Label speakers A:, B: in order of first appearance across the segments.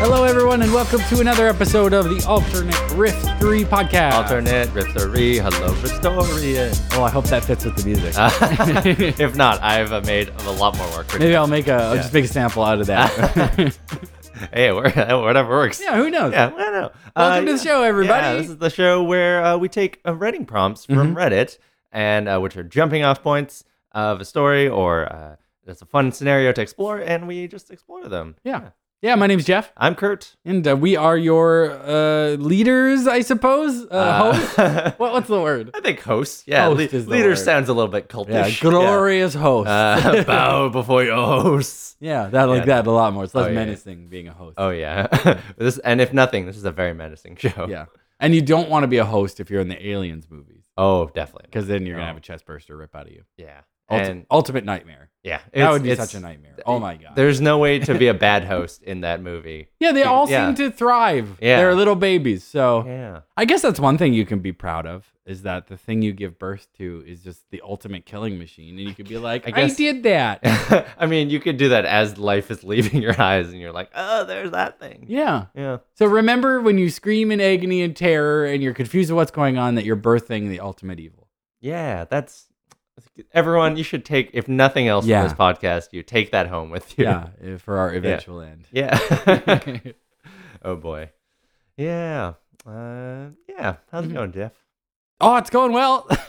A: everyone, and welcome to another episode of the Alternate Rift 3 podcast.
B: Alternate Riftery, hello Ristorian.
A: Oh, I hope that fits with the music.
B: Uh, if not, I've uh, made a lot more work. For
A: Maybe
B: you.
A: I'll make a I'll
B: Yeah.
A: just make a sample out of that.
B: hey, we're, whatever works.
A: yeah, who knows?
B: yeah, I don't know. Uh,
A: Welcome to the show, everybody. Mm-hmm.
B: Yeah, this is the show where uh, we take uh, Reddit prompts from Reddit, and uh, which are jumping off points of a story or uh, that's a fun scenario to explore, and we just explore them.
A: Yeah. Yeah, my name's Jeff,
B: I'm Kurt.
A: and uh, we are your uh, leaders, I suppose. Uh,
B: Uh,
A: host? What, what's the word?
B: I think host. Yeah,
A: Host
B: le-
A: is the
B: leader
A: word.
B: sounds a little bit cultish.
A: Yeah, glorious host.
B: Uh, bow before your hosts.
A: yeah, that like
B: yeah.
A: that a lot more. It's less
B: Oh, yeah, yeah.
A: menacing being a host.
B: Oh yeah. this and if nothing, this is a very menacing show.
A: Yeah, and you don't want to be a host if you're in the Aliens movies,
B: Oh, definitely.
A: because then you're gonna
B: No.
A: have a chest burster rip out of you.
B: Yeah.
A: Ulti-
B: and
A: ultimate nightmare.
B: yeah,
A: that
B: it's-
A: would be
B: it's-
A: such a nightmare. Oh my god.
B: There's no way to be a bad host in that movie.
A: Yeah, they all
B: Yeah.
A: seem to thrive.
B: Yeah.
A: They're little babies. So
B: Yeah.
A: I guess that's one thing you can be proud of is that the thing you give birth to is just the ultimate killing machine. And you could be like, I,
B: I guess-
A: did that.
B: I mean, you could do that as life is leaving your eyes, and you're like, oh, there's that thing.
A: yeah.
B: Yeah.
A: So remember when you scream in agony and terror and you're confused with what's going on that you're birthing the ultimate evil.
B: Yeah. That's everyone. You should take, if nothing else,
A: Yeah.
B: from this podcast, you take that home with you.
A: Yeah, eh, for our eventual end.
B: Yeah. oh boy. Yeah. Uh, yeah. How's
A: Mm-hmm.
B: it going, Jeff?
A: oh, it's going well.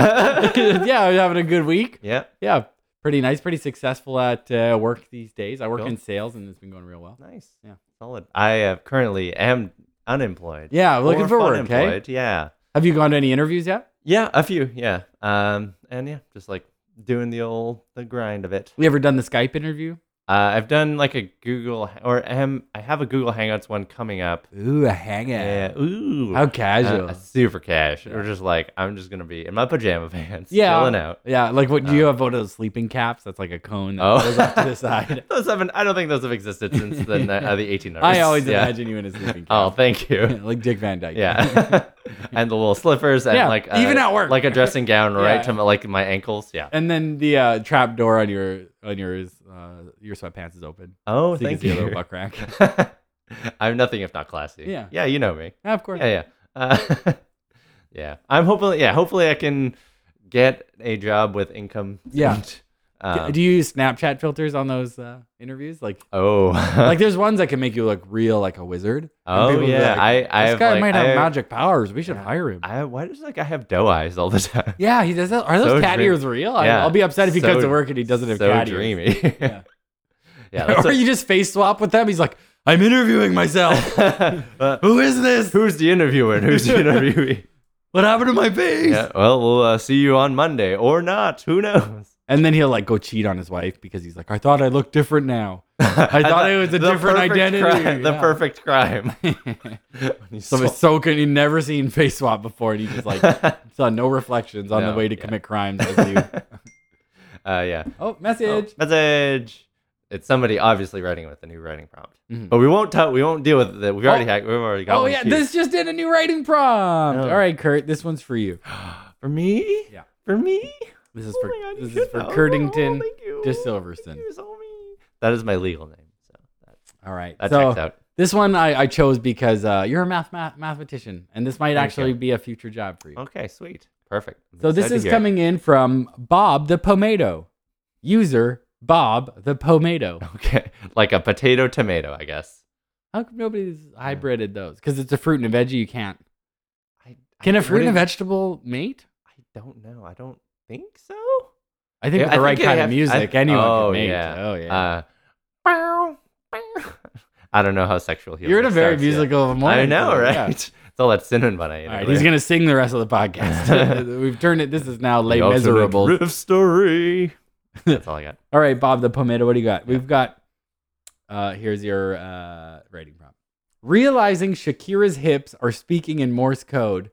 A: yeah, I'm having a good week.
B: Yeah.
A: Yeah, pretty nice, pretty successful at uh, work these days. I work
B: Cool.
A: in sales and it's been going real well.
B: Nice.
A: Yeah.
B: Solid. I uh, currently am unemployed.
A: Yeah, looking
B: Or
A: for work. Okay.
B: unemployed, Yeah.
A: Have you gone to any interviews yet?
B: Yeah, a few. Yeah. Um, and yeah, just like doing the old the grind of it.
A: We ever done the Skype interview?
B: Uh, I've done like a Google or um, I have a Google Hangouts one coming up.
A: Ooh, a hangout.
B: Yeah. Ooh.
A: How
B: Uh,
A: casual.
B: super cash.
A: Yeah.
B: We're just like I'm just gonna be in my pajama pants.
A: Yeah.
B: Chilling out.
A: yeah, like what do you
B: Uh,
A: have one of those sleeping caps that's like a cone that
B: Oh.
A: goes off to the side?
B: Those haven't. I don't think those have existed since the ni- uh, the 1800s.
A: I always
B: Yeah.
A: imagine you in a sleeping
B: Oh,
A: cap.
B: thank you.
A: like Dick Van Dyke.
B: Yeah. and the little slippers and
A: Yeah,
B: like uh,
A: even at work.
B: like a dressing gown right
A: Yeah.
B: to my, like my ankles. Yeah.
A: and then the uh, trap door on your on your uh, your sweatpants is open.
B: Oh,
A: so you can
B: thank
A: see a little
B: you.
A: buck rack.
B: I'm nothing if not classy.
A: Yeah.
B: Yeah, you know me.
A: Yeah, of course.
B: Yeah, yeah. Uh, yeah. I'm hopefully yeah, hopefully I can get a job with income.
A: Yeah.
B: themed.
A: D-
B: Um,
A: do you use Snapchat filters on those uh, interviews? Like,
B: oh.
A: like there's ones that can make you look real, like a wizard. And
B: oh
A: people will be
B: yeah.
A: like,
B: I I
A: this
B: have,
A: guy
B: like,
A: might have
B: I,
A: magic powers. We should
B: Yeah.
A: hire him.
B: I why does like I have doe eyes all the time?
A: Yeah, he does that. Are those
B: So
A: cat
B: dream-
A: ears real? I,
B: Yeah.
A: I'll be upset if he
B: So-
A: comes to work and he doesn't have
B: so
A: cat ears.
B: dreamy. yeah. that's
A: or
B: a-
A: you just face swap with them. He's like, I'm interviewing myself.
B: Uh,
A: Who is this?
B: who's the interviewer and who's the interviewee?
A: What happened to my face?
B: yeah, well, we'll uh, see you on Monday or not. Who knows?
A: And then he'll like go cheat on his wife because he's like, I thought I looked different now. I thought it was a
B: the
A: different
B: perfect
A: identity.
B: crime- The
A: Yeah.
B: perfect crime. When you
A: So
B: saw-
A: it's so good. He'd never seen face swap before, and he just like saw no reflections on the
B: No,
A: way to
B: yeah.
A: commit crimes. As you.
B: uh, yeah.
A: oh,
B: Oh,
A: message.
B: message. It's somebody obviously writing with a new writing prompt,
A: Mhm.
B: but we won't. T- we won't deal with it. We've already had. We've already got.
A: Oh,
B: one
A: yeah,
B: queued.
A: this just did a new writing prompt.
B: Oh.
A: All right, Kurt, this one's for you.
B: for me.
A: Yeah.
B: For me.
A: This is
B: Oh
A: for
B: my God, you
A: this is
B: should
A: for
B: know. Oh,
A: Curdington
B: thank you.
A: to
B: Thank
A: Silverston.
B: you so much. That is my legal name. So that,
A: All right,
B: that
A: so
B: checks out.
A: this one I, I chose because uh, you're a math, math mathematician, and this might
B: Thank
A: actually
B: you.
A: be a future job for you.
B: Okay. Sweet. Perfect. I'm
A: So this
B: excited to
A: is
B: hear it.
A: coming in from Bob the Pomato, user Bob the Pomato.
B: Okay. Like a potato tomato, I guess.
A: How come nobody's hybrided those? Because it's a fruit and a veggie. You can't.
B: I, I
A: Can a fruit and a
B: wouldn't-
A: vegetable mate?
B: I don't know. I don't think so.
A: I think with
B: Yeah, I
A: the
B: think
A: right
B: it
A: kind
B: have-
A: of
B: I-
A: music, anyone
B: Oh,
A: can mate.
B: yeah.
A: Oh yeah.
B: Uh, bow, bow. I don't know how sexual he.
A: You're in a very musical morning.
B: I know,
A: today,
B: right?
A: yeah.
B: It's all that cinnamon bun I ate
A: All right,
B: earlier.
A: he's gonna sing the rest of the podcast. We've turned it. This is now
B: The
A: late
B: alternate
A: miserable.
B: riff story. That's all I got.
A: All right, Bob the Pomato, what do you got? We've got. Uh, here's your uh, writing prompt. Realizing Shakira's hips are speaking in Morse code,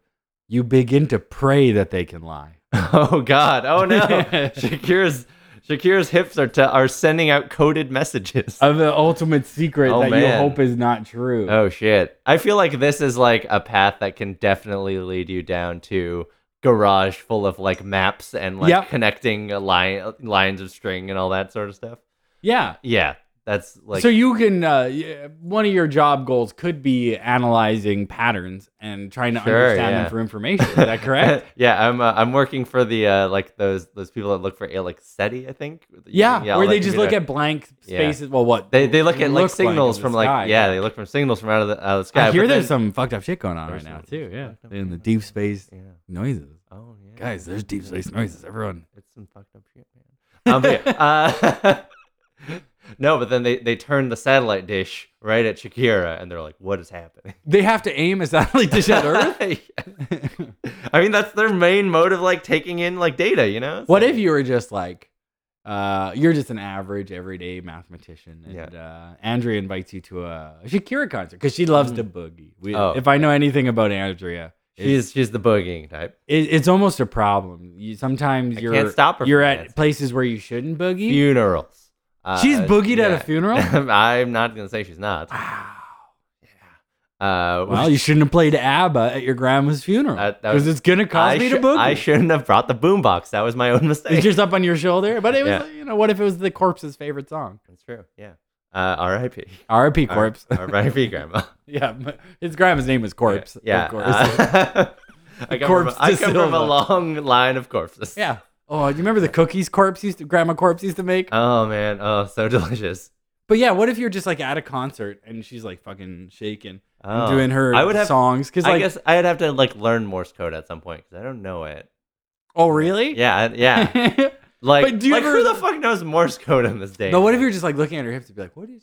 A: you begin to pray that they can lie.
B: Oh God! Oh no! Shakira's Shakira's hips are to, are sending out coded messages.
A: Of the ultimate secret
B: Oh,
A: that
B: man.
A: you hope is not true.
B: oh shit! I feel like this is like a path that can definitely lead you down to garage full of like maps and like
A: Yep.
B: connecting a line, lines of string and all that sort of stuff.
A: yeah.
B: Yeah, That's like
A: so you can uh, y- one of your job goals could be analyzing patterns and trying to
B: Sure,
A: understand
B: yeah.
A: them for information. Is that correct?
B: yeah, I'm uh, I'm working for the uh, like those those people that look for uh, like SETI, I think.
A: yeah,
B: all
A: where
B: that
A: they just look
B: computer-
A: at blank
B: uh, Yeah.
A: spaces. Well, what
B: they they look at like
A: blank
B: signals
A: in the
B: from like
A: sky.
B: yeah, they look from signals from out of the out of the sky.
A: I hear
B: but
A: there's
B: then-
A: some fucked up shit going on
B: There's
A: right now
B: some-
A: too. Yeah,
B: fucked up
A: in the
B: shit.
A: deep space
B: yeah.
A: noises,
B: Oh yeah.
A: guys. There's deep space noises. Everyone.
B: It's some fucked up shit, man. Um, but yeah, uh, no, but then they they turn the satellite dish right at Shakira, and they're like, "What is happening?"
A: They have to aim a satellite dish at Earth.
B: I mean, that's their main mode of like taking in like data, you know. It's
A: what
B: like-
A: if you were just like, uh, you're just an average everyday mathematician, and uh, Andrea invites you to a Shakira concert because she loves to boogie. We,
B: Oh.
A: If I know anything about Andrea, it's,
B: she's she's the boogieing type?
A: it, it's almost a problem. You sometimes
B: I
A: you're
B: can't stop her
A: you're
B: from
A: at
B: dancing.
A: places where you shouldn't boogie.
B: Funerals. Uh,
A: She's boogied at a
B: yeah.
A: funeral.
B: I'm not gonna say she's not. Uh,
A: wow.
B: which-
A: Well, you shouldn't have played ABBA at your grandma's funeral
B: That- that
A: because
B: was-
A: it's gonna cause
B: I
A: me
B: shou-
A: to boogie.
B: I shouldn't have brought the boombox. That was my own mistake.
A: it's just up on your shoulder, but it was
B: Yeah.
A: you know what if it was the corpse's favorite song?
B: That's true. Yeah. Uh, R.I.P.
A: R.I.P. Corpse.
B: R.I.P. Grandma.
A: Yeah, but his grandma's name was Corpse.
B: Yeah.
A: of course.
B: uh, I come,
A: Corpse
B: from, I
A: de
B: come from a
A: Silva.
B: long line of corpses.
A: yeah. Oh, you remember the cookies Corpse used to, Grandma Corpse used to make?
B: Oh man. Oh, so delicious.
A: but yeah, what if you're just like at a concert and she's like fucking shaking and
B: Oh.
A: doing her
B: I would have.
A: songs? Because
B: I
A: like,
B: guess I'd have to like learn Morse code at some point because I don't know it.
A: oh really?
B: Yeah. I- Yeah.
A: Yeah.
B: Like,
A: But do you
B: like
A: ever-
B: who the fuck knows Morse code in this day?
A: but what if you're just like looking at her hips and be like, what is,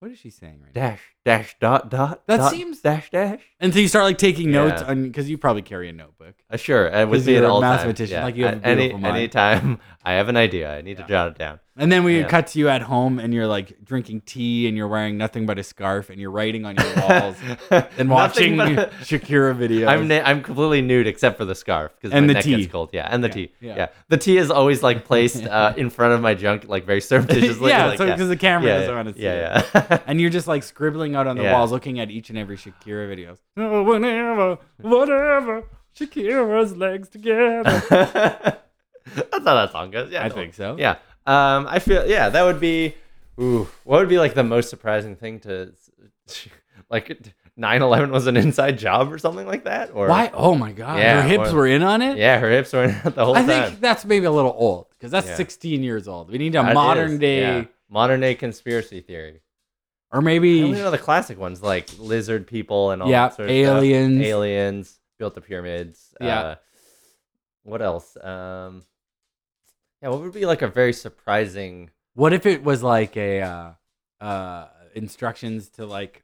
A: what is she saying right now?
B: dash dash dot dot?
A: That
B: dot,
A: seems-
B: dash dash.
A: And so you start like taking notes
B: Yeah.
A: on because you probably carry a notebook.
B: Uh, sure, it would
A: 'Cause
B: be at
A: you're a
B: all times.
A: mathematician,
B: Yeah.
A: like, you have a
B: At any
A: beautiful mind.
B: any time I have an idea, I need
A: Yeah.
B: to jot it down.
A: And then we
B: Yeah.
A: cut to you at home and you're like drinking tea and you're wearing nothing but a scarf and you're writing on your walls and
B: Nothing
A: watching
B: but-
A: Shakira videos.
B: I'm na- I'm completely nude except for the scarf because
A: And
B: my
A: the
B: neck
A: tea.
B: gets cold. Yeah, and the
A: Yeah,
B: tea.
A: yeah.
B: Yeah. the tea is always like placed uh, in front of my junk, like very surreptitiously.
A: yeah,
B: like,
A: so because the camera
B: yeah,
A: doesn't want to see it.
B: yeah, yeah.
A: and you're just like scribbling out on the
B: Yeah.
A: walls, looking at each and every Shakira videos. Oh, whenever, whatever, Shakira's legs together.
B: That's how that song goes. Yeah,
A: I
B: no.
A: think so.
B: Yeah, um, I feel yeah that would be. Ooh, what would be like the most surprising thing to, like, 9/11 was an inside job or something like that? Or
A: Why? Oh my God,
B: Yeah,
A: her hips
B: or-
A: were in on it.
B: Yeah, her hips were in it the whole
A: I
B: time.
A: think that's maybe a little old because that's
B: Yeah.
A: 16 years old. We need a
B: That is,
A: modern day,
B: yeah. modern day conspiracy theory.
A: or
B: And
A: maybe
B: we know the classic ones like lizard people and all
A: Yeah,
B: that sort of
A: aliens.
B: stuff. aliens built the pyramids.
A: Yeah.
B: Uh, what else? Um, yeah, what would be like a very surprising?
A: what if it was like a uh, uh, instructions to like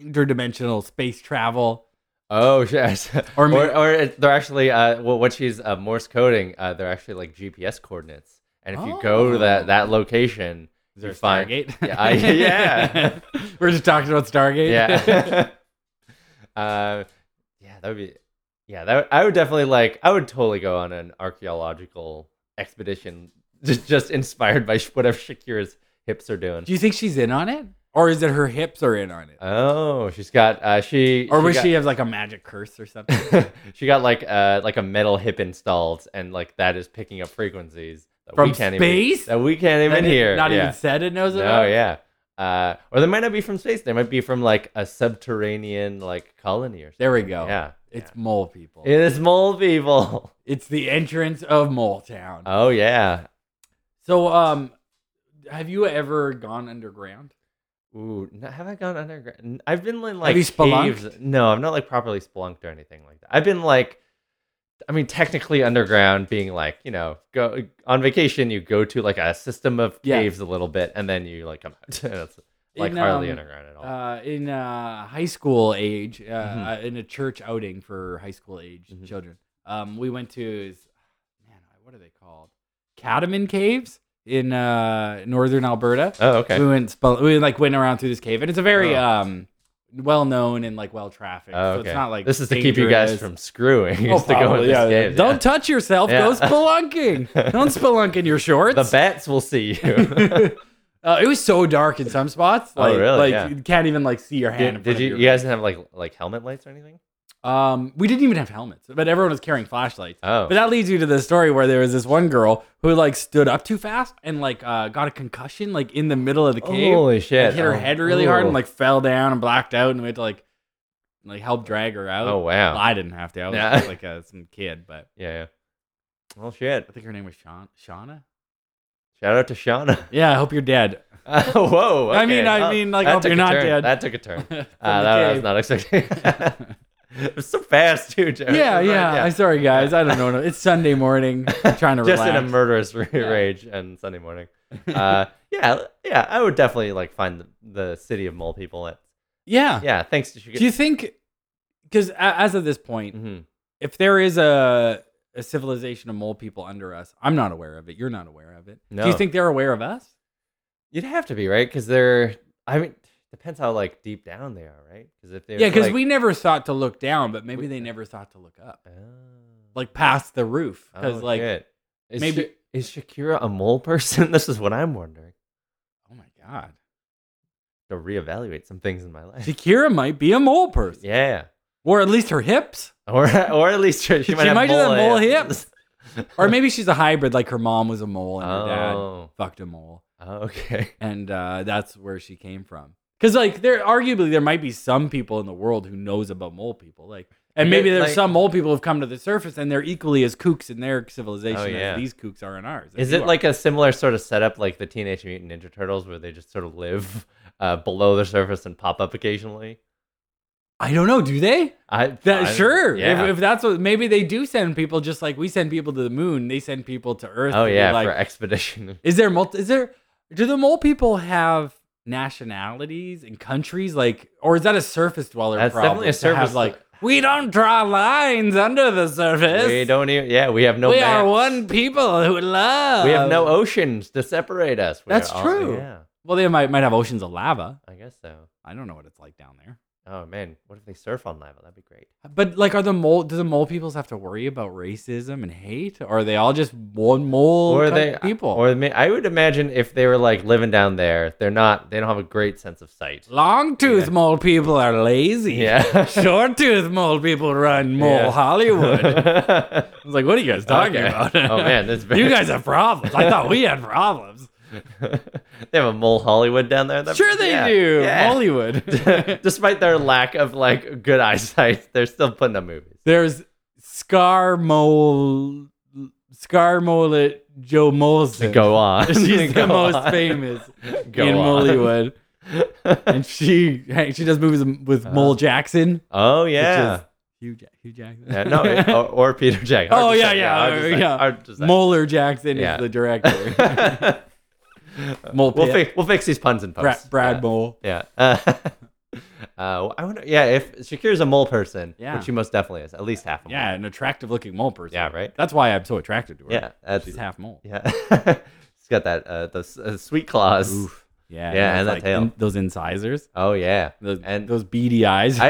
A: interdimensional space travel?
B: Oh yes,
A: Or
B: or
A: may-
B: or, it- they're actually uh, well, what she's uh, Morse coding. Uh, they're actually like GPS coordinates, and if you go to
A: Oh.
B: that that location,
A: Is there
B: You
A: a
B: find-
A: Stargate?
B: Yeah, I- yeah.
A: We're just talking about Stargate.
B: yeah. uh, yeah, that would be. Yeah, that would, I would definitely like. I would totally go on an archaeological expedition, just, just inspired by sh- whatever Shakira's hips are doing.
A: Do you think she's in on it, or is it her hips are in on it,
B: oh, she's got. Uh, she
A: or was
B: got,
A: she have like a magic curse or something?
B: she got like uh like a metal hip installed, and like that is picking up frequencies that
A: From
B: we can't
A: space?
B: even that we can't even
A: And it-
B: hear.
A: Not
B: yeah.
A: even said it knows
B: No,
A: about. it?
B: yeah. Uh, or they might not be from space. They might be from like a subterranean like colony or something.
A: There we go.
B: Yeah,
A: It's mole people.
B: It is mole people.
A: it's the entrance of Mole Town.
B: Oh yeah.
A: so, um, have you ever gone underground?
B: Ooh, n- have I gone underground? N- I've been in like
A: you spelunked?
B: caves. No, I'm not like properly spelunked or anything like that. I've been like, I mean, technically underground, being like, you know, go on vacation, you go to like a system of
A: Yeah.
B: caves a little bit, and then you like come out. That's like
A: In,
B: hardly
A: um,
B: underground at all.
A: Uh, in uh, high school age, uh,
B: Mhm.
A: uh, in a church outing for high school age
B: Mhm.
A: children, um, we went to, is- man, what are they called? Cataman Caves in uh, northern Alberta.
B: oh okay.
A: We went spell- we like went around through this cave, and it's a very
B: Oh.
A: um well known and like well trafficked.
B: Oh,
A: So
B: okay.
A: it's not like
B: this is to keep you guys
A: dangerous.
B: from screwing.
A: Oh,
B: is to go in
A: probably,
B: this
A: yeah, yeah.
B: cave, yeah.
A: Don't touch yourself. Go
B: Yeah.
A: spelunking. Don't spelunk in your shorts.
B: The bats will see you.
A: Uh, it was so dark in some spots.
B: Oh,
A: Like,
B: really?
A: Like
B: Yeah.
A: you can't even like see your hand. in
B: did,
A: front
B: did
A: of
B: you?
A: your
B: You guys didn't have like like helmet lights or anything?
A: Um, we didn't even have helmets, but everyone was carrying flashlights.
B: Oh,
A: But that leads you to the story where there was this one girl who like stood up too fast and like uh, got a concussion like in the middle of the cave.
B: holy Oh, shit!
A: Like, hit her
B: Oh,
A: head really hard and
B: ooh.
A: like fell down and blacked out, and we had to like like help drag her out.
B: oh
A: Well,
B: wow,
A: I didn't have to. I was
B: Yeah.
A: like a, some kid, but
B: yeah, yeah. Well, shit!
A: I think her name was Shaun Shauna.
B: Shout out to Shauna.
A: Yeah, I hope you're dead.
B: whoa!
A: I mean-
B: okay.
A: I
B: Oh,
A: mean, like,
B: that
A: I hope
B: took
A: you're
B: a
A: not
B: turn.
A: dead.
B: That took a turn.
A: From
B: Uh,
A: the
B: that I was
A: cave.
B: not expecting. it was so fast too, Jared.
A: yeah,
B: Right,
A: yeah. I'm sorry, guys. I don't know. It's Sunday morning. I'm trying to
B: Just
A: relax.
B: in a murderous ra- rage and Sunday morning. Uh, yeah, yeah. I would definitely like find the, the city of mole people. At,
A: yeah.
B: yeah, thanks to
A: Uh,
B: Chicago.
A: Do you think? Because as of this point,
B: hmm
A: if there is a a civilization of mole people under us, I'm not aware of it. You're not aware of it. Do
B: No.
A: you think they're aware of us?
B: You'd have to be right because they're. I mean, depends how like deep down they are, right? Because if they
A: Yeah, because
B: like,
A: we never thought to look down, but maybe
B: We-
A: they never thought to look up,
B: Oh.
A: like past the roof.
B: Oh,
A: Because like,
B: shit. Is
A: maybe-
B: Sha- is Shakira a mole person? this is what I'm wondering.
A: oh my god,
B: To reevaluate some things in my life.
A: Shakira might be a mole person,
B: Yeah,
A: or at least her hips,
B: or or at least she, she might
A: She
B: have
A: might just
B: mole,
A: have mole
B: hands.
A: or maybe she's a hybrid. Like her mom was a mole and her dad
B: oh.
A: fucked a mole,
B: oh, okay.
A: and uh, that's where she came from. Because like, there arguably there might be some people in the world who knows about mole people, like. And
B: May-
A: maybe there's
B: like-
A: some mole people who've come to the surface, and they're equally as kooks in their civilization
B: Oh, yeah.
A: as these kooks are in ours. as
B: Is
A: you
B: it
A: are.
B: like a similar sort of setup like the Teenage Mutant Ninja Turtles, where they just sort of live uh, below the surface and pop up occasionally?
A: I don't know? Do they?
B: I
A: That
B: I-
A: sure.
B: yeah.
A: If, if that's what maybe they do send people just like we send people to the moon, they send people to Earth.
B: oh
A: to be
B: yeah,
A: Like,
B: for expedition.
A: is there multi? Is there? Do the mole people have nationalities and countries like, or is that a surface dweller?
B: That's
A: problem
B: definitely a
A: to have,
B: surface-
A: like we don't draw lines under the surface.
B: We don't even. Yeah, we have no.
A: We are
B: maps.
A: one people who love.
B: We have no oceans to separate us. We
A: That's
B: are all-
A: true.
B: Yeah,
A: Well, they might might have oceans of lava.
B: I guess so.
A: I don't know what it's like down there.
B: Oh man, what if they surf on lava? That'd be great.
A: But like, are the mole? Do the mole peoples have to worry about racism and hate? Or are they all just one mole
B: Or
A: co-
B: they uh,
A: people?
B: Or ma- I would imagine if they were like living down there, they're not. They don't have a great sense of sight.
A: Long tooth
B: Yeah.
A: mole people are lazy.
B: Yeah.
A: Short tooth mole people run mole
B: Yeah.
A: Hollywood. I
B: Talking
A: was like, what are you guys talking about?
B: oh man, that's very,
A: you guys have problems. I thought we had problems.
B: they have a mole Hollywood down there. That-
A: Sure they
B: yeah,
A: do.
B: yeah.
A: Hollywood.
B: Despite their lack of like good eyesight, they're still putting up movies.
A: There's scar mole, scar mole Joe Molson.
B: Go on.
A: She's
B: Go
A: the most
B: on.
A: famous
B: Go
A: in
B: on.
A: Mollywood. and she hey, she does movies with
B: Uh-huh.
A: Mole Jackson.
B: Oh
A: which
B: yeah.
A: is Hugh, Ja- Hugh Jackson.
B: Yeah, no, or, or Peter Jackson.
A: Oh,
B: Hard to
A: yeah,
B: say,
A: yeah,
B: hard to say,
A: yeah.
B: hard to say.
A: Moeller Jackson
B: Yeah.
A: is the director. Mole
B: we'll,
A: Pitt.
B: fi- we'll fix these puns in
A: Bra-
B: post.
A: Brad
B: Yeah.
A: Mole.
B: Yeah. Uh, uh, I wonder. Yeah, if Shakira's a mole person,
A: Yeah.
B: which she most definitely is, at least half a mole.
A: Yeah, an attractive looking mole person.
B: Yeah, right?
A: That's why I'm so attracted to her.
B: Yeah, that's-
A: she's half mole.
B: Yeah. She's got that uh, those uh, sweet claws.
A: Oof. Yeah,
B: Yeah,
A: those,
B: and that tail.
A: those incisors,
B: Oh yeah.
A: those,
B: And-
A: and those beady eyes.
B: I,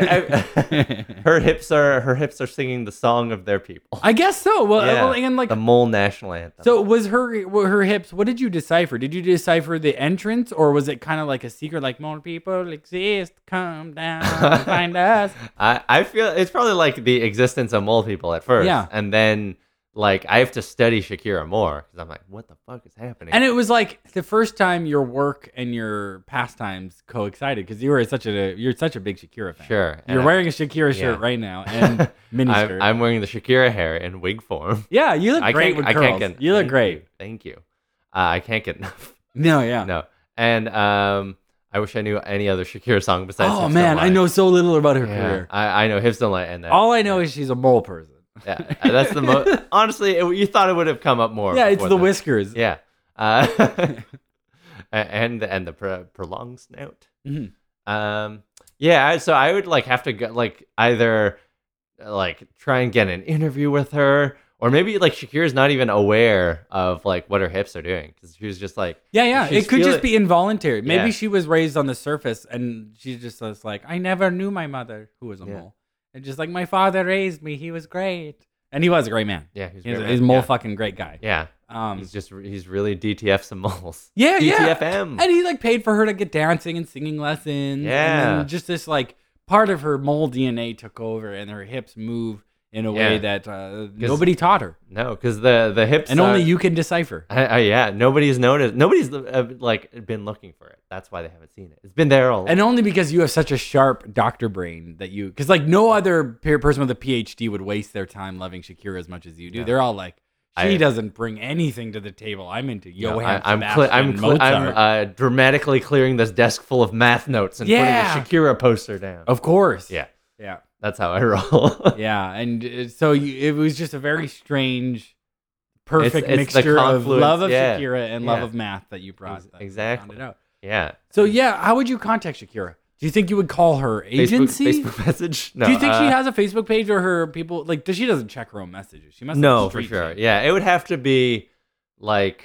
B: I, her hips are her hips are singing the song of their people.
A: I guess so. Well, uh,
B: Yeah,
A: well, and like,
B: the mole national anthem.
A: so was her were her hips? What did you decipher? Did you decipher the entrance, or was it kind of like a secret? Like more people exist, come down, and find us.
B: I, I feel it's probably like the existence of mole people at first.
A: Yeah.
B: And then like I have to study Shakira more because I'm like, what the fuck is happening?
A: And it was like the first time your work and your pastimes coexisted because you were such a you're such a big Shakira fan.
B: sure.
A: You're
B: and
A: wearing a Shakira shirt
B: yeah.
A: right now and
B: I'm,
A: miniskirt.
B: I'm wearing the Shakira hair in wig form.
A: yeah, you look great with curls. you look
B: thank
A: great.
B: Thank you. Uh, I can't get enough.
A: No, yeah.
B: No. And um, I wish I knew any other Shakira song besides.
A: oh
B: Hips Don't
A: man, I
B: Lie.
A: know so little about her
B: Yeah,
A: career.
B: I, I know hips don't lie, and that,
A: All I know is she's a mole person.
B: yeah, that's the most. Honestly, it, you thought it would have come up more.
A: yeah, it's
B: before
A: the
B: this.
A: whiskers.
B: Yeah. Uh, a- and and the pro- prolonged snout.
A: Mhm.
B: Um. Yeah. I- So I would like have to go, like either uh, like try and get an interview with her, or maybe like Shakira's not even aware of like what her hips are doing because she was just like,
A: Yeah, yeah.
B: She's
A: It could
B: feeling-
A: just be involuntary. Maybe
B: Yeah.
A: she was raised on the surface and she just was like, I never knew my mother who was a
B: Yeah.
A: mole. And just like, my father raised me. He was great. And he was a great man.
B: yeah, he's,
A: He's,
B: great,
A: he's a
B: man.
A: mole
B: yeah.
A: fucking great guy.
B: Yeah.
A: Um,
B: He's just re- he's really DTF some moles.
A: yeah, yeah.
B: DTFM.
A: And he like paid for her to get dancing and singing lessons. And
B: Yeah.
A: then just this like part of her mole DNA took over and her hips move in a way
B: Yeah.
A: that uh, nobody taught her,
B: No, because the the hips
A: and only
B: are-
A: you can decipher.
B: I, I, yeah, nobody's noticed. Nobody's uh, like been looking for it. That's why they haven't seen it. It's been there all.
A: And only because you have such a sharp doctor brain that you, because like no other peer person with a PhD would waste their time loving Shakira as much as you do.
B: No.
A: They're all like, she
B: I-
A: doesn't bring anything to the table. I'm into
B: No,
A: Johann
B: I, am
A: Sebastian
B: I'm cl-
A: Mozart."
B: I'm uh, dramatically clearing this desk full of math notes and
A: Yeah. Oh.
B: putting a Shakira poster down.
A: of course.
B: Yeah.
A: Yeah.
B: That's how I roll.
A: yeah and uh, so you, it was just a very strange perfect
B: it's the
A: mixture of
B: confluence,
A: love of
B: yeah.
A: shakira and love
B: Yeah.
A: of math that you brought
B: Ex-
A: that you
B: exactly.
A: rounded out.
B: yeah.
A: so yeah how would you contact shakira do you think you would call her agency
B: Facebook, Facebook message. No.
A: do you think she
B: uh,
A: has a facebook page or her people like does she doesn't check her own messages she must
B: No,
A: have
B: for
A: street
B: sure.
A: cred.
B: Yeah, it would have to be like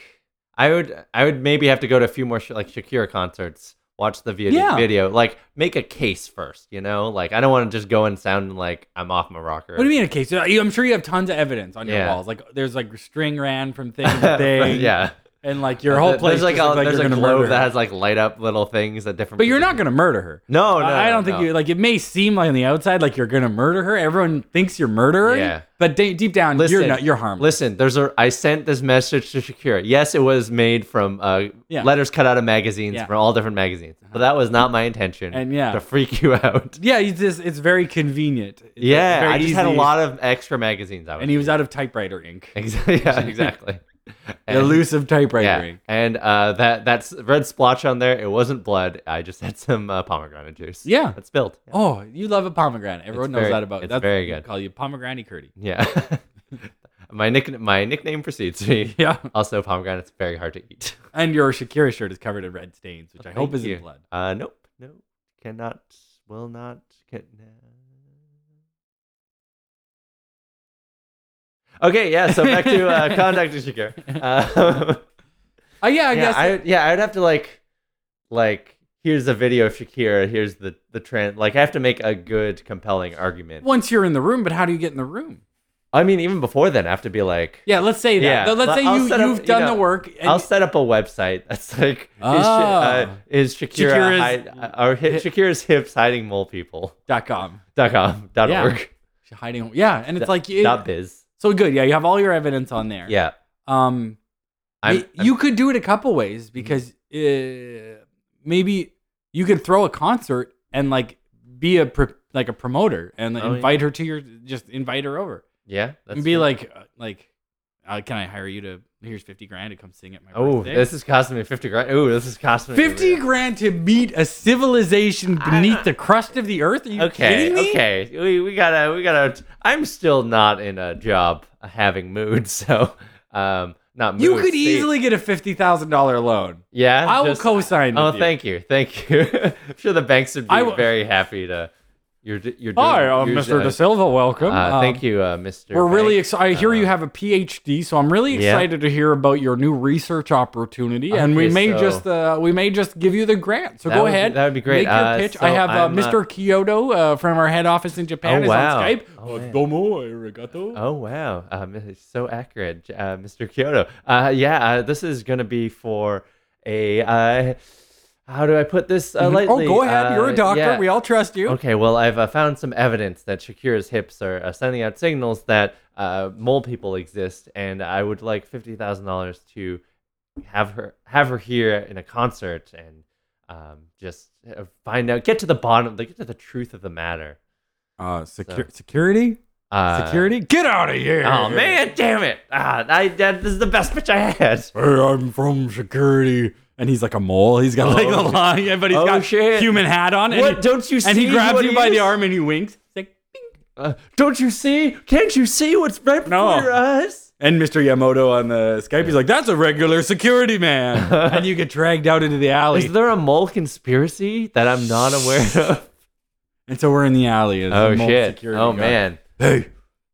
B: I would I would maybe have to go to a few more sh- like Shakira concerts, watch the video,
A: Yeah.
B: video, like make a case first, you know? Like I don't want to just go and sound like I'm off my rocker.
A: what do you mean a case You- i'm sure you have tons of evidence on your
B: Yeah.
A: walls like there's like string ran from thing to thing
B: yeah.
A: and like your whole place
B: There's like
A: just
B: a,
A: looks
B: there's
A: you're
B: a
A: gonna
B: globe
A: murder
B: that
A: her.
B: has like light up little things at different
A: but you're not gonna murder her
B: No, no.
A: I I don't
B: no,
A: think
B: no.
A: you like. It may seem like on the outside like you're gonna murder her. Everyone thinks you're murdering.
B: Yeah.
A: But de- deep down, you're
B: Listen,
A: not. You're harmless.
B: Listen, there's a. I sent this message to Shakira. Yes, it was made from uh,
A: Yeah.
B: letters cut out of magazines
A: Yeah. Uh-huh.
B: from all different magazines, but that was not my intention.
A: And yeah.
B: to freak you out.
A: yeah. It's just it's very convenient. It's
B: Yeah,
A: very
B: I just had a
A: easy.
B: lot of extra magazines. I was
A: And he was out of typewriter ink.
B: exactly, yeah, exactly. And-
A: Elusive typewriter
B: yeah,
A: ink.
B: and uh, that that's red splotch on there. It wasn't blood. I just had some uh, pomegranate juice.
A: Yeah.
B: that's spilled.
A: Oh, you love a pomegranate. Everyone knows
B: very-
A: that about. you.
B: it's
A: That's
B: very
A: we
B: good.
A: Call you pomegranate curdy.
B: Yeah, my nick my nickname precedes me.
A: Yeah.
B: Also, pomegranate's very hard to eat.
A: And your Shakira shirt is covered in red stains, which I hope
B: Thank
A: isn't
B: you.
A: blood.
B: Uh, nope, no, cannot, will not, can. Okay, yeah. So back to uh, contacting Shakira. Uh,
A: Oh yeah, I
B: yeah,
A: guess.
B: I would- yeah, I would have to like, like here's a video of Shakira. Here's the the trend. Like I have to make a good, compelling argument.
A: once you're in the room, but how do you get in the room?
B: I mean, even before then, I have to be like,
A: Yeah, let's say that.
B: Yeah,
A: Let's say
B: I'll
A: you,
B: set up,
A: you've
B: you
A: done the
B: know,
A: work. And
B: I'll set up a website that's like, is, Sha-
A: Ah.
B: uh, is Shakira
A: Shakira's-
B: hide, are hi- Shakira's hips hiding mole people?
A: dot com.
B: dot com dot
A: Yeah.
B: org
A: Hiding. Yeah, and it's like it-
B: dot biz.
A: So good. Yeah, you have all your evidence on there.
B: Yeah,
A: Um,
B: I'm, Mm-hmm.
A: y- you could do it a couple ways because uh, maybe you could throw a concert and like be a pro- like a promoter and
B: Oh,
A: invite her to your just invite her over
B: yeah.
A: and be like uh, like uh, can I hire you to here's fifty grand to come sing at my
B: oh,
A: birthday?
B: this is costing me fifty grand. Oh, this is costing me
A: Fifty grand to meet a civilization beneath the crust of the earth? Are you
B: Okay,
A: kidding me?
B: okay. We we gotta we gotta. I'm still not in a job having mood, so um, not mood.
A: You could
B: state.
A: easily get a fifty thousand dollar loan.
B: yeah.
A: I will
B: just-
A: co-sign.
B: Oh,
A: with you.
B: thank you, thank you. I'm sure the banks would be
A: I will-
B: very happy to. You're d- you're doing.
A: Hi, uh,
B: you're,
A: Mr.
B: uh,
A: De Silva. Welcome.
B: Uh,
A: Um,
B: thank you, uh, Mr.
A: We're really
B: Banks.
A: excited. I hear you
B: Uh,
A: have a PhD, so I'm really
B: Yeah.
A: excited to hear about your new research opportunity. and we
B: Okay,
A: may
B: so-
A: just uh, we may just give you the grant. So
B: That
A: go
B: would be-
A: ahead.
B: that would be great.
A: Make your
B: Uh,
A: pitch.
B: so
A: I have uh,
B: I'm, uh,
A: Mr. Kyoto uh, from our head office in Japan
B: Oh,
A: is
B: wow.
A: on Skype.
B: Oh, man.
A: Uh, domo, arigato.
B: Oh wow, um, it's so accurate, J- uh, Mr. Kyoto. Uh, yeah, uh, this is gonna be for a. Uh, how do I put this uh,
A: Mhm.
B: lightly?
A: oh, go ahead. You're
B: Uh,
A: a doctor.
B: yeah.
A: We all trust you.
B: Okay, well, I've uh, found some evidence that Shakira's hips are uh, sending out signals that uh, mole people exist, and I would like fifty thousand dollars to have her have her here in a concert and um, just uh, find out, get to the bottom, get to the truth of the matter.
A: Uh,
B: secu-
A: Security?
B: Uh,
A: Security? Get out of here.
B: Oh man, damn it! Ah, I, that, this is the best pitch I had.
A: Hey, I'm from security. And he's like a mole. He's got like a
B: Oh.
A: lion, but he's
B: Oh,
A: got
B: shit.
A: human hat on. And
B: What?
A: he-
B: don't you see?
A: and he grabs
B: what
A: you by
B: is?
A: the arm and he winks. It's like,
B: Uh, don't you see? Can't you see what's right before
A: No.
B: your eyes?
A: and Mr. Yamoto on the Skype, he's like, "That's a regular security man," and you get dragged out into the alley.
B: Is there a mole conspiracy that I'm not aware of?
A: and so we're in the alley. as a
B: Oh
A: mole
B: shit!
A: security
B: Oh
A: guard.
B: man!
A: Hey,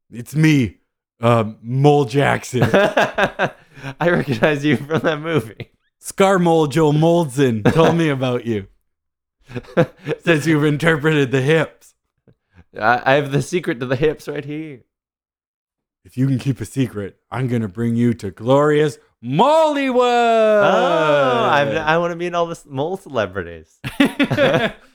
A: it's me, um, Mole Jackson,
B: I recognize you from that movie.
A: Scar Mole Joe Moldson. Told me about you. Says you've interpreted the hips.
B: I, I have the secret to the hips right here.
A: If you can keep a secret, I'm gonna bring you to glorious Mollywood. Oh,
B: Oh, I've, I want to meet all the s- mole celebrities.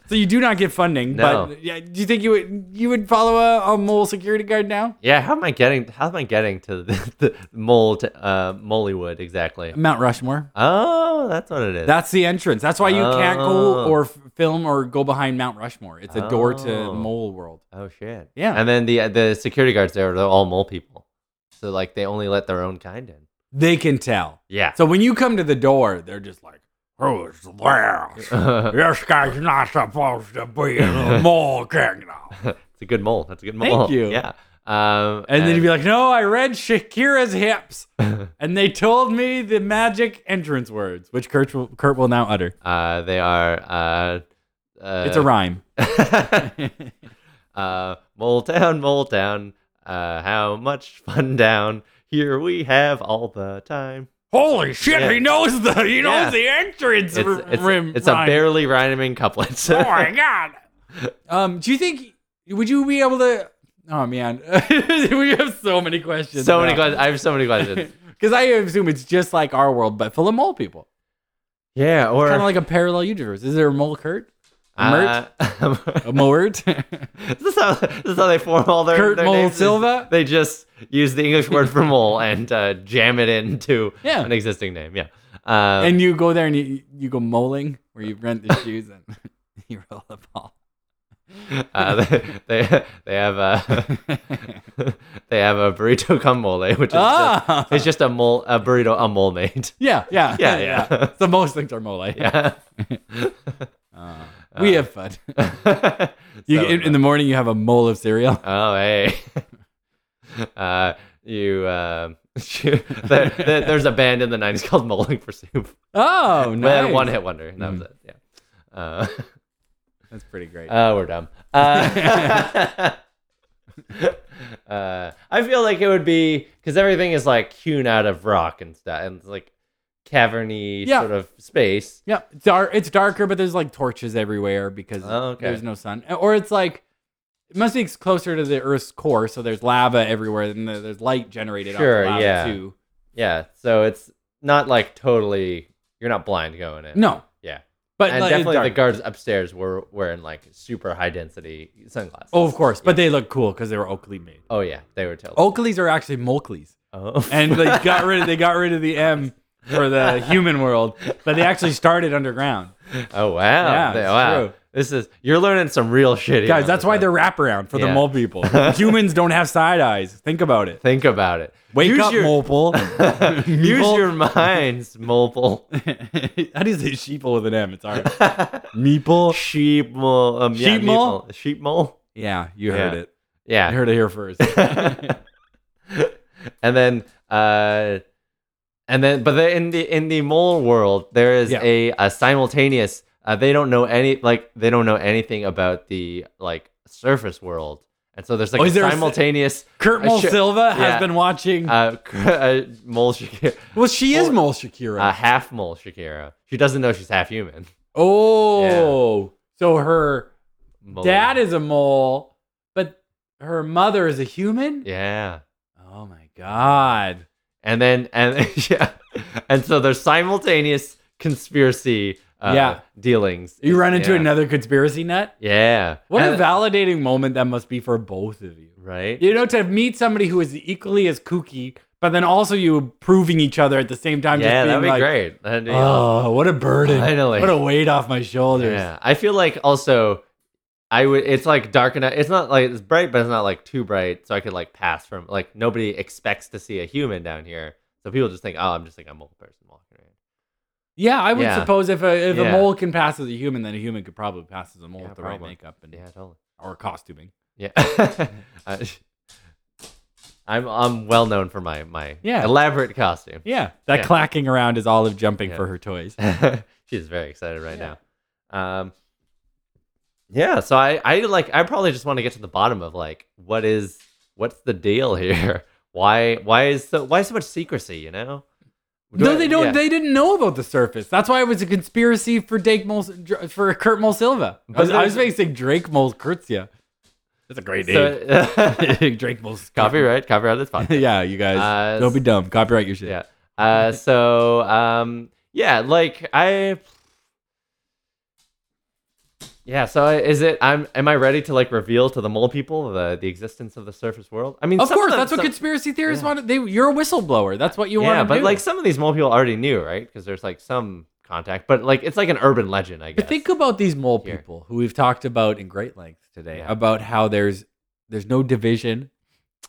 A: So you do not get funding.
B: No.
A: But yeah, do you think you would you would follow a, a mole security guard now?
B: Yeah, how am I getting? How am I getting to the, the mole to, uh, Mollywood exactly?
A: Mount Rushmore.
B: Oh, that's what it is.
A: That's the entrance. That's why you can't go
B: Oh.
A: or f- film or go behind Mount Rushmore. It's a door to
B: Oh.
A: mole world.
B: oh shit.
A: Yeah.
B: And then the uh, the security guards there, they're all mole people, so like they only let their own kind in.
A: They can tell.
B: Yeah.
A: So when you come to the door, they're just like, "Who's there? this guy's not supposed to be in the mole kingdom."
B: it's a good mole. That's a good mole.
A: Thank you.
B: Yeah. Um,
A: And then you'd be like, "No, I read Shakira's hips, and they told me the magic entrance words, which Kurt will, Kurt will now utter.
B: uh, they are. Uh, uh,
A: it's a rhyme.
B: uh, mole town, mole town. Uh, how much fun down here we have all the time.
A: Holy shit!
B: Yeah.
A: He knows the he
B: Yeah.
A: knows the entrance
B: It's it's,
A: rim.
B: it's a
A: rhyme.
B: barely rhyming couplet.
A: oh my god. Um, do you think would you be able to? Oh man, we have so many questions.
B: so many questions. I have so many questions.
A: Because I assume it's just like our world, but full of mole people.
B: yeah, or
A: Kind of like a parallel universe. Is there a mole Kurt? A Mert?
B: uh,
A: A Mort?
B: this, is how, this is how they form all their
A: Kurt
B: their
A: Mole
B: names is
A: Silva?
B: They just use the English word for mole and uh, jam it into
A: Yeah.
B: an existing name. Yeah. Um,
A: and you go there and you, you go moling, where you rent the shoes and you roll up all.
B: uh, they, they they have a they have a burrito con mole, which is
A: Ah!
B: just, it's just a mole a burrito a mole made.
A: Yeah, yeah,
B: Yeah, yeah.
A: So most things are mole.
B: Yeah.
A: Uh, we have fun. You,
B: So-
A: in, in the morning, you have a mole of cereal.
B: oh hey, uh, you. Um, there, there- there's a band in the '90s called Mulling for Soup.
A: Oh,
B: They had
A: nice. Hmm.
B: One hit wonder. And that was it. Yeah. Uh,
A: That's pretty great.
B: Uh, we're dumb. Uh, uh, I feel like it would be because everything is like hewn out of rock and stuff, and it's like caverny
A: Yeah.
B: sort of space.
A: Yeah, it's dark. It's darker, but there's like torches everywhere because
B: Oh, okay.
A: there's no sun. Or it's like it must be closer to the Earth's core, so there's lava everywhere, and there- there's light generated.
B: Sure,
A: off the lava
B: yeah.
A: Too.
B: Yeah, so it's not like totally. You're not blind going in.
A: No,
B: Yeah,
A: but
B: and
A: like, it's
B: definitely the
A: dark.
B: guards upstairs were wearing like super high density sunglasses.
A: Oh, of course, but they look cool because they were Oakley made.
B: Oh yeah, they were totally.
A: Oakleys are actually Molkleys,
B: Oh,
A: and they got rid. They got rid of the M for the human world, but they actually started underground.
B: oh wow,
A: Yeah,
B: They-
A: it's
B: wow.
A: true.
B: This is you're learning some real shit, here
A: Guys,
B: on
A: that's
B: this
A: why
B: one.
A: they're wraparound for the
B: Yeah.
A: mole people. Humans don't have side eyes. Think about it.
B: Think about it.
A: Wake
B: Use
A: up,
B: your-
A: mole people.
B: Use your minds, mobile.
A: How do you say sheeple with an M? It's alright. Meeple.
B: Sheep mole. Um, yeah,
A: Sheep mole?
B: meeple. Sheep mole.
A: Yeah, you heard
B: Yeah.
A: it. I
B: Yeah.
A: heard it here first.
B: and then, uh, and then, but then in the in the mole world, there is
A: Yeah.
B: a, a simultaneous. Uh, they don't know any like they don't know anything about the like surface world, and so there's like
A: Oh,
B: a
A: is there a si-
B: simultaneous
A: Kurt
B: I
A: Mole
B: should-
A: Silva has
B: yeah.
A: been watching.
B: uh, uh, mole Shakira,
A: well, she is
B: well,
A: Mole Shakira.
B: uh, half mole Shakira. She doesn't know she's half human.
A: oh, so her
B: Mole.
A: dad is a mole, but her mother is a human.
B: Yeah.
A: Oh my god.
B: and then and yeah, and so there's simultaneous conspiracy uh,
A: Yeah.
B: dealings.
A: You run into
B: yeah. Uh,
A: another conspiracy nut.
B: Yeah.
A: What
B: And-
A: a validating moment that must be for both of you.
B: right?
A: You know, to meet somebody who is equally as kooky, but then also you proving each other at the same time.
B: yeah,
A: just being
B: that'd be
A: like,
B: great. That'd be awesome.
A: Oh, what a burden!
B: Finally.
A: what a weight off my shoulders.
B: Yeah, I feel like also. I would. It's like dark enough. It's not like it's bright, but it's not like too bright. So I could like pass from like nobody expects to see a human down here. So people just think, oh, I'm just like a mole person walking around.
A: Yeah, I would
B: Yeah.
A: suppose if a if a
B: Yeah.
A: mole can pass as a human, then a human could probably pass as a mole
B: Yeah,
A: with the right
B: probably.
A: makeup and
B: Yeah, totally.
A: or costuming.
B: Yeah. I- I'm I'm well known for my my
A: Yeah.
B: elaborate costume.
A: Yeah, that
B: Yeah.
A: clacking around is Olive jumping
B: Yeah.
A: for her toys.
B: She's very excited right
A: Yeah.
B: now. Um, yeah, so I, I like I probably just want to get to the bottom of like what is what's the deal here? Why why is so why so much secrecy, you know? Do
A: no,
B: I-
A: they don't.
B: yeah.
A: They didn't know about the surface. That's why it was a conspiracy for Drake Mol, Dr- for Kurt Mole Silva. I
B: But
A: was, I was
B: there's-
A: facing Drake Mole Kurtzia. That's a great
B: so,
A: Drake Mole
B: copyright, copyright this podcast.
A: yeah, you guys
B: Uh,
A: don't be dumb. Copyright your shit.
B: Yeah. Uh, so um, yeah, like I, Yeah, so is it? I'm. Am I ready to like reveal to the mole people the the existence of the surface world? I mean,
A: Of
B: some
A: course,
B: them-
A: that's what
B: some-
A: conspiracy theorists
B: yeah.
A: want. They, you're a whistleblower. That's what you
B: yeah,
A: want.
B: but like some of these mole people already knew, right? Because there's like some contact, but like it's like an urban legend, I guess.
A: But think about these mole
B: Here.
A: people who we've talked about in great length today
B: Yeah.
A: about how there's there's no division.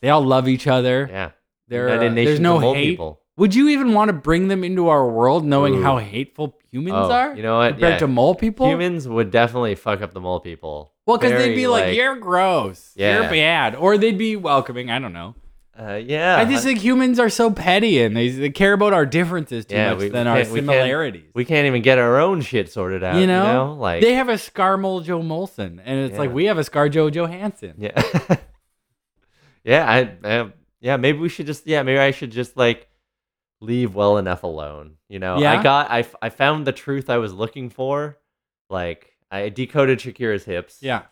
A: They all love each other.
B: yeah,
A: There,
B: United
A: uh,
B: Nations
A: there's
B: of
A: no
B: mole
A: hate.
B: people.
A: Would you even want to bring them into our world knowing
B: Ooh.
A: how hateful humans
B: Oh,
A: are
B: you know what?
A: compared
B: Yeah.
A: to mole people?
B: Humans would definitely fuck up the mole people.
A: well, because they'd
B: Very,
A: be like, "You're gross. You're
B: Yeah.
A: bad," or they'd be welcoming. I don't know.
B: uh, yeah.
A: I just think humans are so petty and they, they care about our differences too
B: Yeah,
A: much
B: we-
A: than
B: we
A: our
B: can't- we can't-
A: similarities.
B: we can't even get our own shit sorted out.
A: You know?
B: like
A: they have a Scarmel Joe Molson, and it's like
B: Yeah.
A: we have a Scar Joe Johansson.
B: Yeah. yeah, I, I yeah, maybe we should just yeah, maybe I should just like leave well enough alone, you know.
A: Yeah?
B: I got I f- I found the truth I was looking for. Like I decoded Shakira's hips
A: Yeah.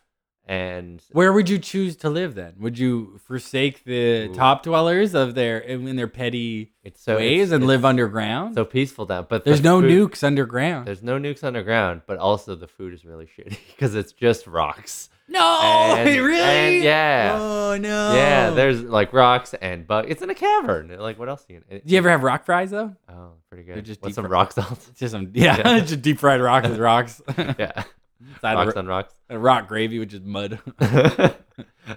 B: and
A: Where would you choose to live then? Would you forsake the
B: Ooh.
A: top dwellers of their in their petty
B: it's so
A: ways
B: it's-
A: and
B: it's
A: live underground?
B: so peaceful down, but the
A: There's no
B: food-
A: nukes underground.
B: There's no nukes underground, but also the food is really shitty because it's just rocks.
A: no,
B: And-
A: Oh, really?
B: and yeah.
A: Oh no.
B: Yeah, there's like rocks and bug. It's in a cavern. Like what else? Do you,
A: Do you ever have rock fries though?
B: Oh, pretty
A: They're
B: good.
A: just
B: Just
A: deep
B: With some
A: fried.
B: rock salt.
A: It's just some yeah,
B: Yeah.
A: it's just deep fried rocks with rocks, Side
B: yeah,
A: of
B: rocks
A: ro-
B: on rocks.
A: and rock gravy which is mud.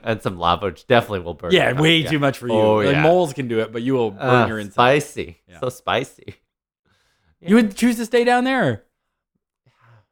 B: and some lava, which definitely will burn.
A: yeah,
B: your
A: way
B: mouth,
A: too much for you.
B: Oh,
A: like
B: yeah.
A: moles can do it, but you will burn
B: Uh,
A: your inside.
B: spicy,
A: Yeah.
B: so spicy.
A: You would choose to stay down there.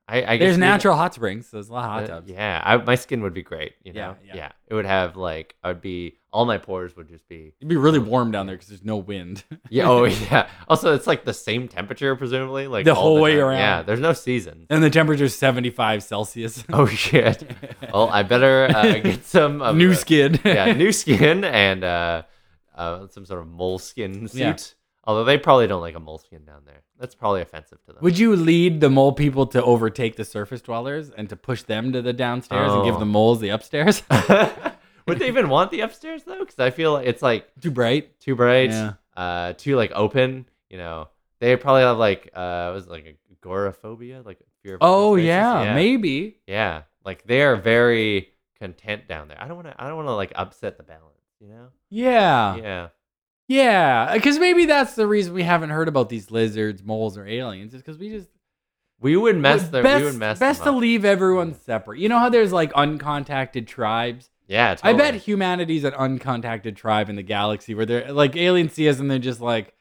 B: I, I guess
A: There's
B: you-
A: natural hot springs. So there's a lot of
B: uh,
A: hot tubs.
B: yeah, I, my skin would be great. You
A: Yeah,
B: know,
A: yeah.
B: it would have like I would be all my pores would just be.
A: It'd be really warm down there because there's no wind.
B: Yeah, oh yeah. Also, it's like the same temperature presumably, like
A: The
B: all
A: whole way
B: time.
A: around.
B: Yeah, there's no season.
A: and the temperature's 75 Celsius.
B: Oh shit. Well, I better uh, get some of
A: New
B: the-
A: skin.
B: yeah, new skin and uh, uh, some sort of moleskin suit.
A: Yeah.
B: Although they probably don't like a moleskin down there. That's probably offensive to them.
A: Would you lead the mole people to overtake the surface dwellers and to push them to the downstairs and give
B: Oh.
A: the moles the upstairs?
B: Would they even want the upstairs though? Because I feel like it's like
A: Too bright.
B: too bright,
A: Yeah.
B: uh, too like open. You know, they probably have like uh, was it, like agoraphobia, like fear. Of open
A: Oh
B: spaces?
A: yeah,
B: yeah,
A: maybe.
B: yeah. Like they are very content down there. I don't want to. I don't want to like upset the balance. You know.
A: Yeah.
B: yeah.
A: Yeah, cuz maybe that's the reason we haven't heard about these lizards, moles or aliens is cuz we just
B: We would mess their.
A: best,
B: we would mess.
A: best to
B: them up.
A: leave everyone separate. You know how there's like uncontacted tribes?
B: Yeah.
A: I
B: Totally.
A: bet humanity's an uncontacted tribe in the galaxy where they're like aliens see us and they're just like,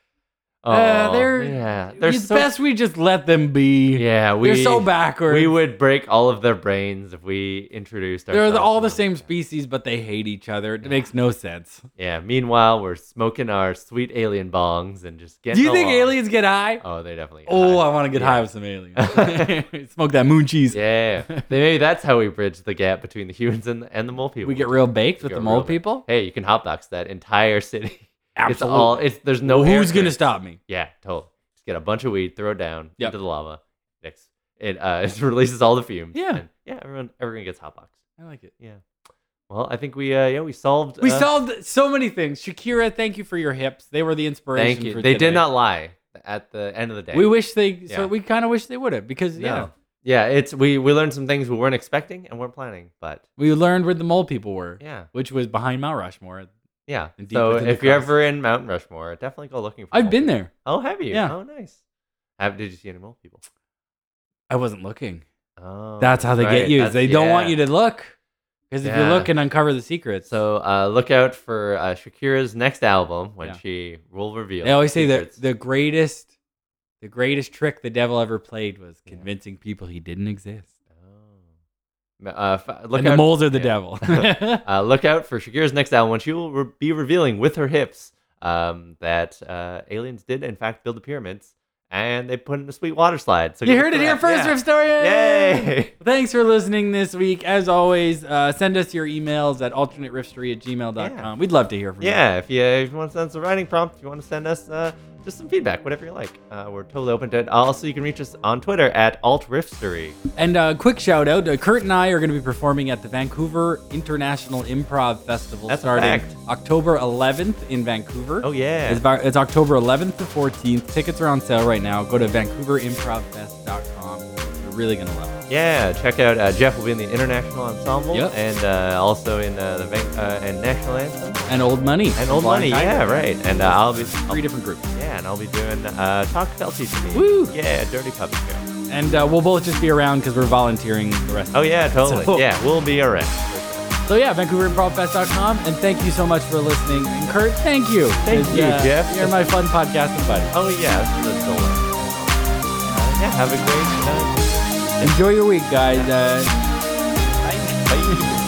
A: Uh, they're-
B: yeah, they're
A: it's
B: so
A: best we just let them be.
B: yeah. We
A: they're so backwards.
B: We would break all of their brains if we introduced.
A: they're the,
B: ourselves
A: all
B: to
A: the
B: them.
A: same species, but they hate each other. It makes no sense.
B: Yeah. Meanwhile, we're smoking our sweet alien bongs and just
A: Do
B: getting.
A: you think
B: along.
A: aliens get high?
B: Oh, they definitely. get
A: oh,
B: high.
A: I want to get
B: Yeah.
A: high with some aliens. Smoke that moon cheese.
B: yeah. Then Maybe that's how we bridge the gap between the humans and and the mole people.
A: We get real baked
B: We
A: with
B: go
A: the mole
B: real baked.
A: people.
B: Hey, you can hotbox that entire city.
A: Absolutely.
B: It's all. It's there's no.
A: Well, Oh, who's
B: air
A: gonna
B: current.
A: stop me?
B: Yeah, totally. Just get a bunch of weed, throw it down
A: Yep.
B: into the lava. Next, it uh, it releases all the fumes.
A: Yeah.
B: and, yeah. Everyone, everyone gets hotboxed.
A: I like it.
B: Well, I think we uh, yeah we solved.
A: We
B: uh,
A: solved so many things. Shakira, thank you for your hips. They were the inspiration.
B: Thank you.
A: For
B: They
A: today.
B: did not lie at the end of the day.
A: We wish they. So
B: Yeah.
A: we kind of wish they would have because you
B: No.
A: know
B: Yeah, it's we we learned some things we weren't expecting and weren't planning, but
A: we learned where the mole people were,
B: yeah, Oh.
A: which was behind Mount Rushmore.
B: yeah.
A: And deep
B: so
A: within the
B: if you're
A: crust.
B: ever in Mount Rushmore, definitely go looking for.
A: I've
B: mole
A: been
B: people.
A: there.
B: Oh, have you?
A: Yeah.
B: Oh, nice. Have did you see any mole people?
A: I wasn't looking.
B: Oh,
A: That's how they
B: right.
A: get you. is
B: That's-
A: They don't want
B: yeah.
A: you to look because if you
B: Yeah.
A: look and uncover the secrets,
B: So uh, look out for uh, Shakira's next album when
A: Yeah.
B: she will reveal.
A: they always say that
B: secrets.
A: the greatest, the greatest trick the devil ever played was convincing people he didn't exist.
B: Oh. Uh, f- look
A: and the
B: out-
A: moles are the
B: yeah.
A: devil.
B: Uh, look out for Shakira's next album when she will re- be revealing with her hips um, that uh, aliens did, in fact, build the pyramids and they put in a sweet water slide. So
A: you
B: go
A: heard
B: look
A: it
B: for
A: here
B: that.
A: first, Rip Story.
B: Yeah. Yay!
A: Thanks for listening this week. As always, uh, send us your emails at alternatelipstory at gmail.com.
B: Yeah.
A: We'd love to hear from you.
B: Yeah, if you, if you want to send us a writing prompt, if you want to send us uh, just some feedback, whatever you like, uh, we're totally open to it. Also, you can reach us on Twitter at altrifstery.
A: And a quick shout out uh, Kurt and I are going to be performing at the Vancouver International Improv Festival
B: That's a
A: starting
B: fact.
A: October 11th in Vancouver.
B: Oh, yeah.
A: It's, va- it's October 11th to 14th. Tickets are on sale right now. Go to vancouverimprov.com. You're really gonna love it.
B: Yeah, check out uh, Jeff will be in the International Ensemble
A: Yep.
B: and uh, also in uh, the Van- uh, and National Anthem
A: And old money.
B: and Old
A: Blind
B: Money.
A: Tiger.
B: Yeah, right. And uh, I'll be I'll-
A: Three different groups.
B: yeah, and I'll be doing uh, Talk Kelsey to me.
A: Woo!
B: Yeah, Dirty Puppy Show.
A: And uh, we'll both just be around because we're volunteering the rest.
B: Oh yeah, totally.
A: So-
B: Yeah, we'll be around.
A: So yeah, VancouverImprovFest.com, and thank you so much for listening. And Kurt, thank you.
B: Thank
A: It's, uh,
B: you, Jeff.
A: You're my fun podcasting buddy.
B: Oh yeah, that's the solar. Uh, yeah, have a great uh,
A: Enjoy your week, guys. Uh,
B: night. Bye.